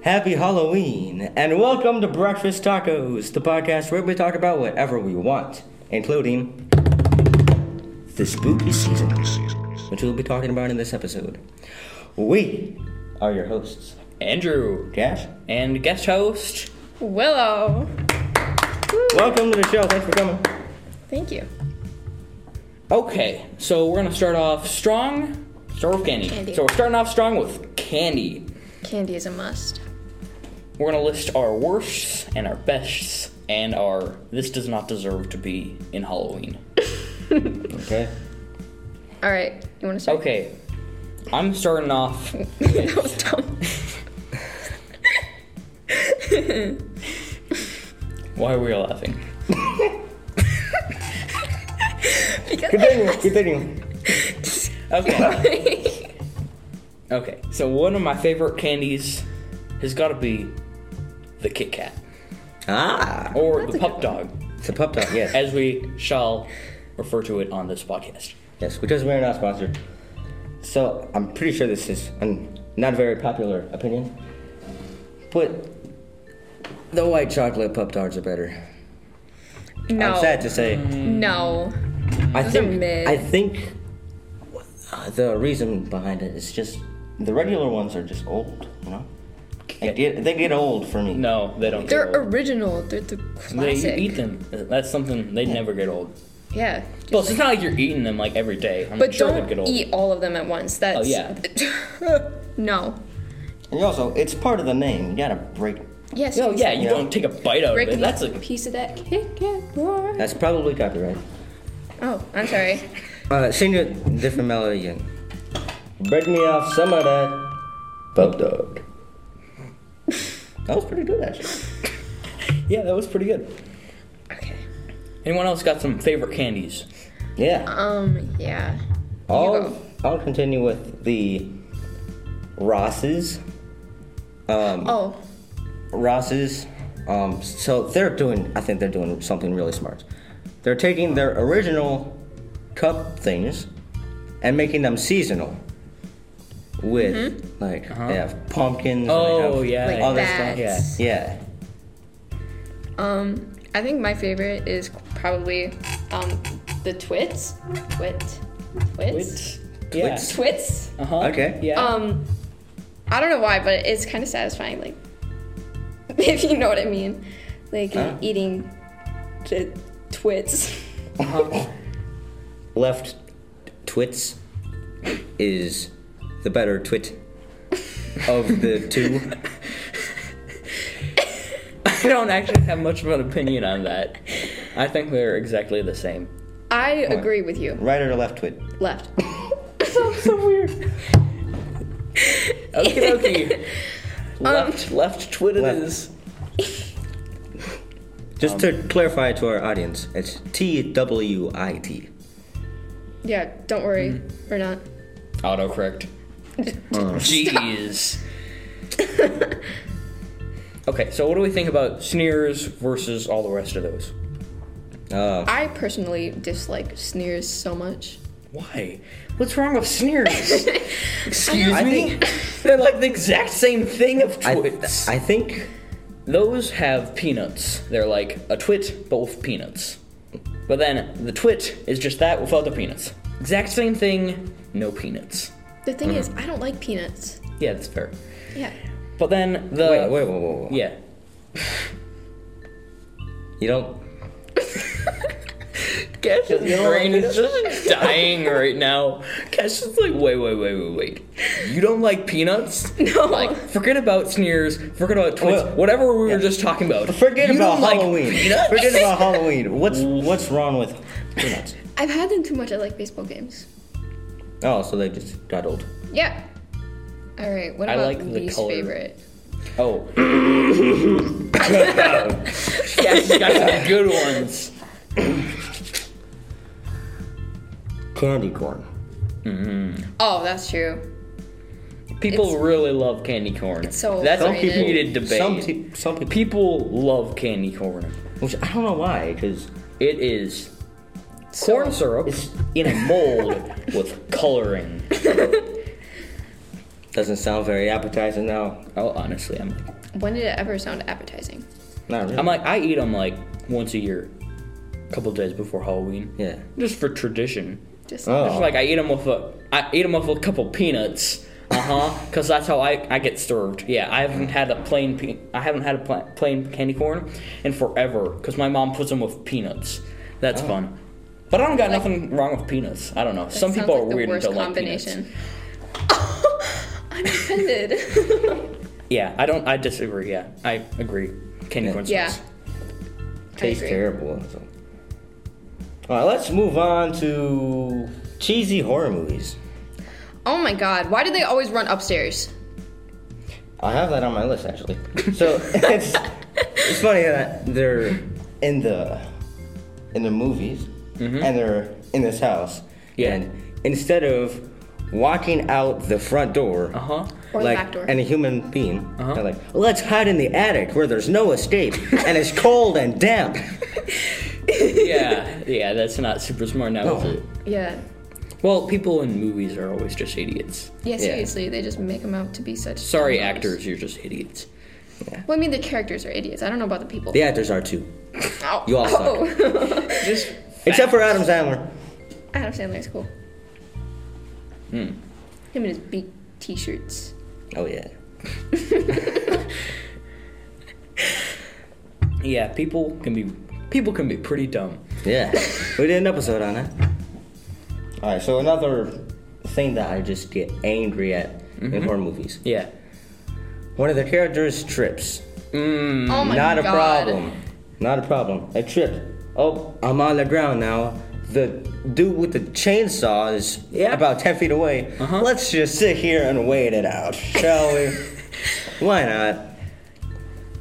Happy Halloween, and welcome to Breakfast Tacos, the podcast where we talk about whatever we want, including the spooky season, which we'll be talking about in this episode. We are your hosts, Andrew Cash. and guest host. Willow. Welcome to the show. Thanks for coming. Thank you. Okay, so we're gonna start off strong. Start with candy. Candy. So we're starting off strong with candy. Candy is a must. We're gonna list our worsts and our bests and our this does not deserve to be in Halloween. Okay. All right, you want to start? Okay, I'm starting off. that was dumb. Why are we laughing? Continue. Continue. Okay. okay, so one of my favorite candies has got to be the Kit Kat Ah, or That's the a good Pup one. Dog, it's a pup dog. Yes. as we shall refer to it on this podcast. Yes, because we're not sponsored. So I'm pretty sure this is a not very popular opinion, but the white chocolate pup dogs are better. no. I'm sad to say. No. I Those are think mid. I think uh, the reason behind it is just the regular ones are just old, you know. They get, they get old for me. No, they don't. They're get old. original. They're the They you classic. eat them. That's something they never get old. Yeah. Plus, it's not like you're eating them like every day. I'm But sure Oh, they'd get don't old. eat all of them at once. That's yeah. no. And also, it's part of the name. You gotta break. it. Yes. No, yeah, you Yeah. don't take a bite out of Break it. That's a a piece of that Kit Kat bar. That's probably copyright. Oh, I'm sorry. Uh, sing a different melody again. Break me off some of that pup dog. that was pretty good, actually. yeah. That was pretty good. Okay. Anyone else got some favorite candies? Yeah. Um. Yeah. I'll, go. I'll continue with the Rosses. Um, Oh. Ross's. Um, so they're doing. I think they're doing something really smart. They're taking their original cup things and making them seasonal. With like they have pumpkins. and they Uh-huh. Oh, have yeah, Like all Other this stuff. bats. Yeah. Um, I think my favorite is probably um, the Twits. Twit. Twits. Yeah. Twits? Twits. Uh huh. Okay. Yeah. Um, I don't know why, but it's kind of satisfying. Like, if you know what I mean, like Huh? eating the Twits. Left twits is the better twit of the two. I don't actually have much of an opinion on that. I think they're exactly the same. I agree with you. Right or left twit? Left. Okay, Um, okay. left, left, twit it Left. is. Just Um, to clarify to our audience, it's T W I T. Yeah. Don't worry, Mm-hmm. we're not. Autocorrect. Jeez. okay, so what do we think about sneers versus all the rest of those? Uh, I personally dislike sneers so much. Why? What's wrong with sneers? Excuse I me? They're like the exact same thing of I, twits. I think Those have peanuts. They're like a twit, but with peanuts. But then the twit is just that without the peanuts. Exact same thing, no peanuts. The Mm-hmm. thing is, I don't like peanuts. Yeah, that's fair. Yeah. But then the. Wait, wait, wait, wait, wait. Yeah. You don't. Cash's You don't like brain is just dying right now. Cash is like, wait, wait, wait, wait, wait. You don't like peanuts? No. Like, forget about sneers, forget about twits, Well, whatever we yeah. were just talking about. Forget You about don't like Halloween. peanuts? Forget about Halloween. What's what's wrong with peanuts? I've had them too much. I like baseball games. Oh, so they just got old. Yeah. All right. What I about like the least color. favorite? Oh. yes, you got some good ones. Candy corn. Oh, that's true. People It's- really love candy corn. so That's a overrated. heated debate. Some te- some people, people love candy corn. which I don't know why, because It is So- corn syrup it's in a mold with coloring. Doesn't sound very appetizing now. Oh, honestly, I'm like, When did it ever sound appetizing? Not really. I'm like, I eat them like once a year, a couple days before Halloween. yeah. Just for tradition. Just Oh. Just like I eat them with a, I eat 'em with a couple peanuts. Uh huh. Because that's how I, I get served. Yeah, I haven't had a plain pe- I haven't had a pla- plain candy corn in forever. Because my mom puts them with peanuts. Oh. That's fun. But I don't got nothing wrong with peanuts. I don't know. Some sounds people like are the weird and worst don't like peanuts. combination. I'm offended. Yeah, I don't. I disagree. Yeah, I agree. Candy Yeah. corn sucks. yeah. I Tastes agree. terrible. So. All right, let's move on to cheesy horror movies. Oh my god, why do they always run upstairs? I have that on my list actually. So it's it's funny that they're in the in the movies and they're in this house. Yeah. And instead of walking out the front door Uh huh. Or like the back door. and a human being, they're like, let's hide in the attic where there's no escape and it's cold and damp. Yeah, yeah. That's not super smart now, is No. it? yeah. Well, people in movies are always just idiots. Yeah, seriously, they just make them out to be such. Sorry, dumb idiots. actors, you're just idiots. Well, I mean, the characters are idiots. I don't know about the people. The actors are too. Ow. you all suck. Ow. Just Except for Adam Sandler. Adam Sandler's cool. Hmm. Him and his big t-shirts. Oh yeah. yeah, people can be people can be pretty dumb. Yeah. we did an episode on it. Alright, so another thing that I just get angry at in horror movies. Yeah. One of the characters trips. oh my Hmm. Not god. a problem. Not a problem. I tripped. Oh, I'm on the ground now. The dude with the chainsaw is Yeah. about 10 feet away. Uh-huh. Let's just sit here and wait it out, shall we? Why not?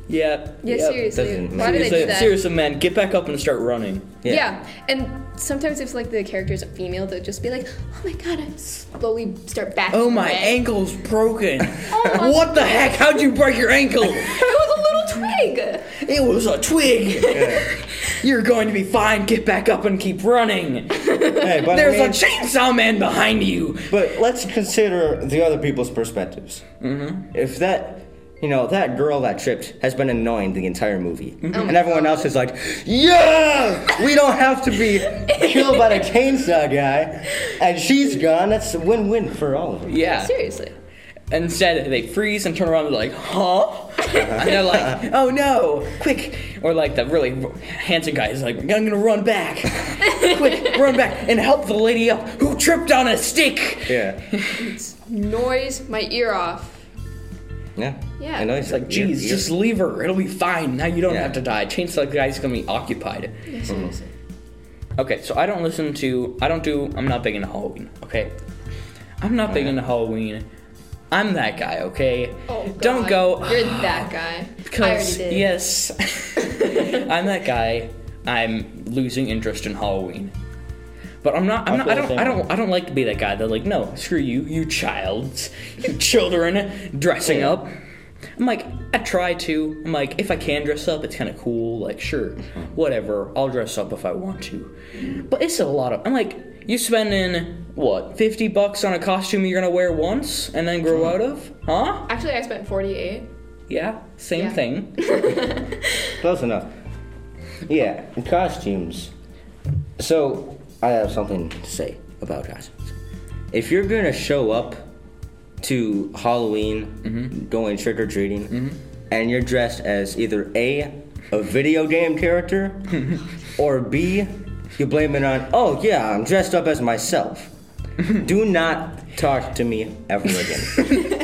Yeah. Yeah, seriously. doesn't Why do they Seriously, do that? seriously, man, get back up and start running. Yeah. and sometimes if like the character's female, they'll just be like, "Oh my god," and slowly start backing. Oh my away. ankle's broken. Oh my what the heck? How'd you break your ankle? It was a little twig. it was a twig. You're going to be fine. Get back up and keep running. Hey, but, I There's mean- a chainsaw man behind you. but let's consider the other people's perspectives. Mm-hmm. If that. You know, that girl that tripped has been annoying the entire movie. and everyone else is like, yeah, we don't have to be killed by the chainsaw guy. And she's gone. That's a win win for all of us. Yeah. Seriously. Instead, they freeze and turn around and like, huh? and they're like, oh no, quick. Or like the really handsome guy is like, I'm gonna run back. quick, run back and help the lady up who tripped on a stick. Yeah. Noise my ear off. Yeah. Yeah. I know it's Like, geez, just leave her. It'll be fine. Now you don't have to die. Chainsaw guy's gonna be occupied. Yeah, seriously. Okay, so I don't listen to. I don't do. I'm not big into Halloween. Okay, I'm not big into Halloween. I'm that guy. Okay, Oh, don't God. go. You're that guy. I already Because did. yes, I'm that guy. I'm losing interest in Halloween. But I'm not. I'm not I feel the don't. same I don't. way. I don't like to be that guy. They're like, no, screw you, you childs, you children dressing Yeah. up. I'm like, I try to. I'm like, if I can dress up, it's kind of cool. Like, sure, whatever. I'll dress up if I want to. But it's a lot of. I'm like, you spending what, fifty bucks on a costume you're gonna wear once and then Hmm. grow out of, huh? Actually, I spent 48. Yeah, same Yeah. thing. Close enough. Yeah, and costumes. So, I have something to say about costumes. If you're gonna show up to Halloween, Mm-hmm. going trick or treating, and you're dressed as either A, a video game character, or B, you blame it on, oh yeah, I'm dressed up as myself. Do not talk to me ever again.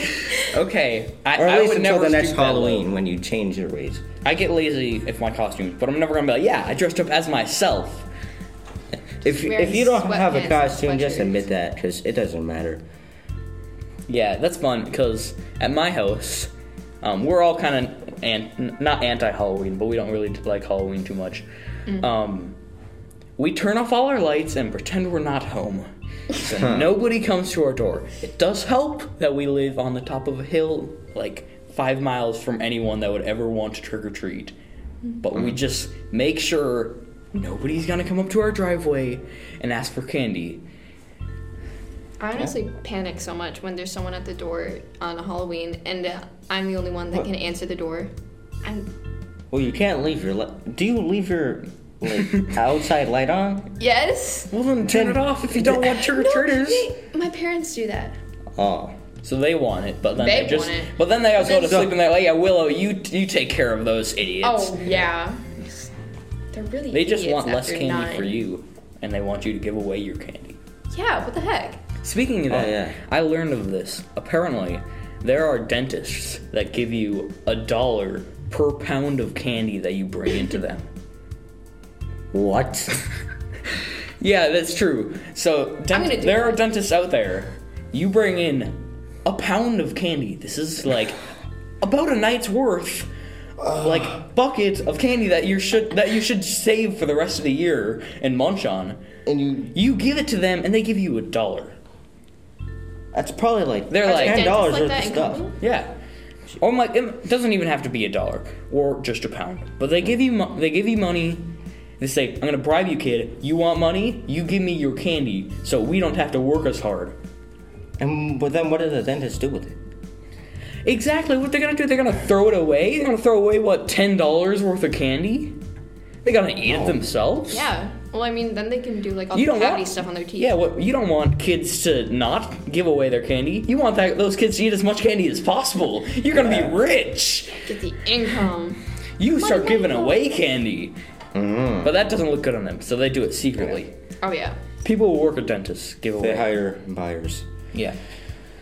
Okay, I, or at I least would until never the next stoop that low. Halloween when you change your ways. I get lazy if my costume, but I'm never gonna be like, yeah, I dressed up as myself. If, Wearing if you don't have sweatpants a and costume, just sweatshirts. admit that, because it doesn't matter. Yeah, that's fun because at my house, um, we're all kind of an- n- not anti-Halloween, but we don't really like Halloween too much. Um, we turn off all our lights and pretend we're not home. So nobody comes to our door. It does help that we live on the top of a hill, like five miles from anyone that would ever want to trick or treat. But we Mm-hmm. just make sure nobody's gonna come up to our driveway and ask for candy. I honestly panic so much when there's someone at the door on Halloween and uh, I'm the only one that can answer the door. I'm Well, you can't leave your light. Do you leave your like outside light on? yes. Well, then turn it off if you don't want trick or treaters. they- my parents do that. Oh, So they want it, but then They they just. want it. But then they also go to then- sleep and they're like, "Yeah, Willow, you you take care of those idiots." oh yeah. They're really. They just idiots want less after candy nine. for you, and they want you to give away your candy. Yeah. What the heck? Speaking of Oh, that, yeah. I learned of this. Apparently, there are dentists that give you a dollar per pound of candy that you bring into them. what? Yeah, that's true. So dent- gonna do there that. are dentists out there. You bring in a pound of candy. This is like about a night's worth, like bucket of candy that you should that you should save for the rest of the year and munch on. and you? You give it to them, and they give you a dollar. That's probably like They're that's like- ten Dentists dollars like worth that of in stuff. Cumberland? Yeah. Or like it doesn't even have to be a dollar or just a pound, but they give you mo- they give you money. They say, "I'm gonna bribe you, kid. You want money? You give me your candy, so we don't have to work as hard." And but then what do the dentists do with it? Exactly what they're gonna do? They're gonna throw it away. They're gonna throw away what ten dollars worth of candy. They are going to eat it themselves. Yeah. Well, I mean, then they can do like all You the don't cavity want stuff on their teeth. Yeah, what you don't want kids to not give away their candy. You want that, those kids to eat as much candy as possible. You're gonna Yeah. be rich. Get the income. You start money, giving money. away candy. Mm-hmm. But that doesn't look good on them, so they do it secretly. Oh yeah. People who work at dentists give away. They hire buyers. yeah.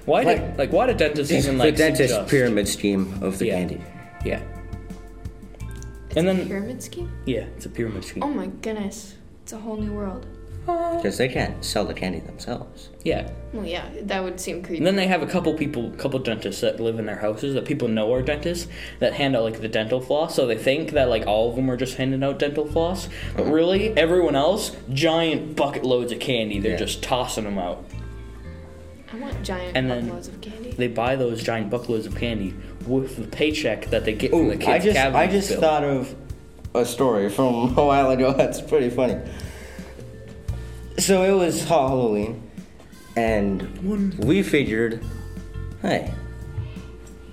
Why Like- did like why did dentists even like the dentist suggest- pyramid scheme of the Yeah. candy. Yeah. It's And a then- pyramid scheme. Yeah, it's a pyramid scheme. Oh my goodness. It's a whole new world. Because they can't sell the candy themselves. Yeah. Well, yeah, that would seem creepy. And then they have a couple people, couple dentists that live in their houses that people know are dentists that hand out like the dental floss. So they think that like all of them are just handing out dental floss, but Mm-hmm. really everyone else giant bucket loads of candy. They're Yeah. just tossing them out. I want giant And then- buckloads of candy. They buy those giant buckloads of candy with the paycheck that they get from Ooh, the kids' I just I cavity just bill. thought of a story from a while ago. That's pretty funny. So it was Halloween, and we figured, hey,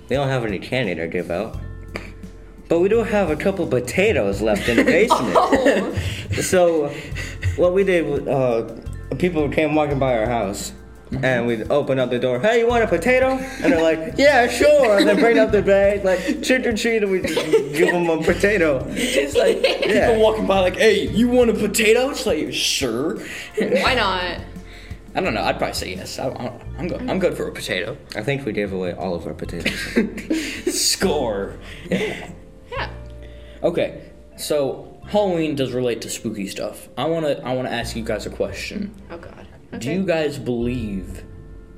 they don't have any candy to give out, but we do have a couple potatoes left in the basement. So what we did, was, uh, people came walking by our house. And we'd open up the door. Hey, you want a potato? And they're like, Yeah, sure. And they bring up the bag, like trick or treat, and we give them a potato. It's like Yeah. people walking by, like, "Hey, you want a potato?" It's like, "Sure." Why not? I don't know. I'd probably say yes. I, I, I'm good. I'm good for a potato. I think we gave away all of our potatoes. Score. Yeah. Okay, so Halloween does relate to spooky stuff. I wanna I wanna ask you guys a question. Oh god. Do Okay. you guys believe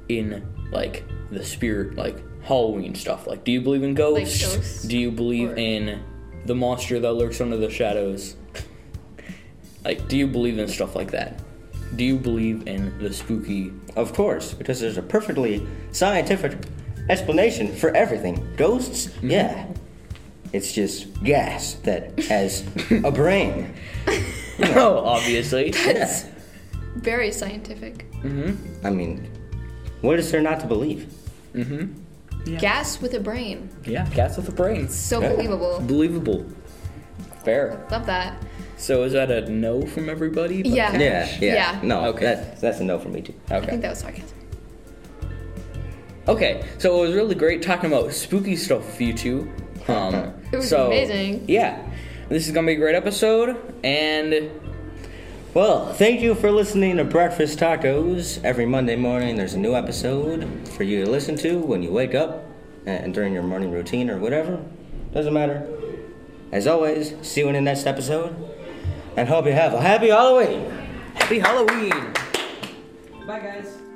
in like the spirit like Halloween stuff? Like do you believe in ghosts? ghosts? Do you believe Or- in the monster that lurks under the shadows? Like do you believe in stuff like that? Do you believe in the spooky of course, because there's a perfectly scientific explanation for everything. Ghosts? Yeah. It's just gas that has a brain. Oh, obviously. Yeah. Very scientific. I mean, what is there not to believe? Gas with a brain. yeah, cats with a brain. So Yeah. believable. Believable. Fair. Love that. So is that a no from everybody? But- Yeah. Yeah, yeah. Yeah. No, Okay. that, that's a no for me too. I Okay. think that was sarcasm. Okay, so it was really great talking about spooky stuff with you two. Um, It was so, amazing. Yeah, this is gonna be a great episode, and Well, thank you for listening to Breakfast Tacos. Every Monday morning, there's a new episode for you to listen to when you wake up and during your morning routine or whatever. Doesn't matter. As always, see you in the next episode, and hope you have a happy Halloween. happy Halloween! Bye, guys.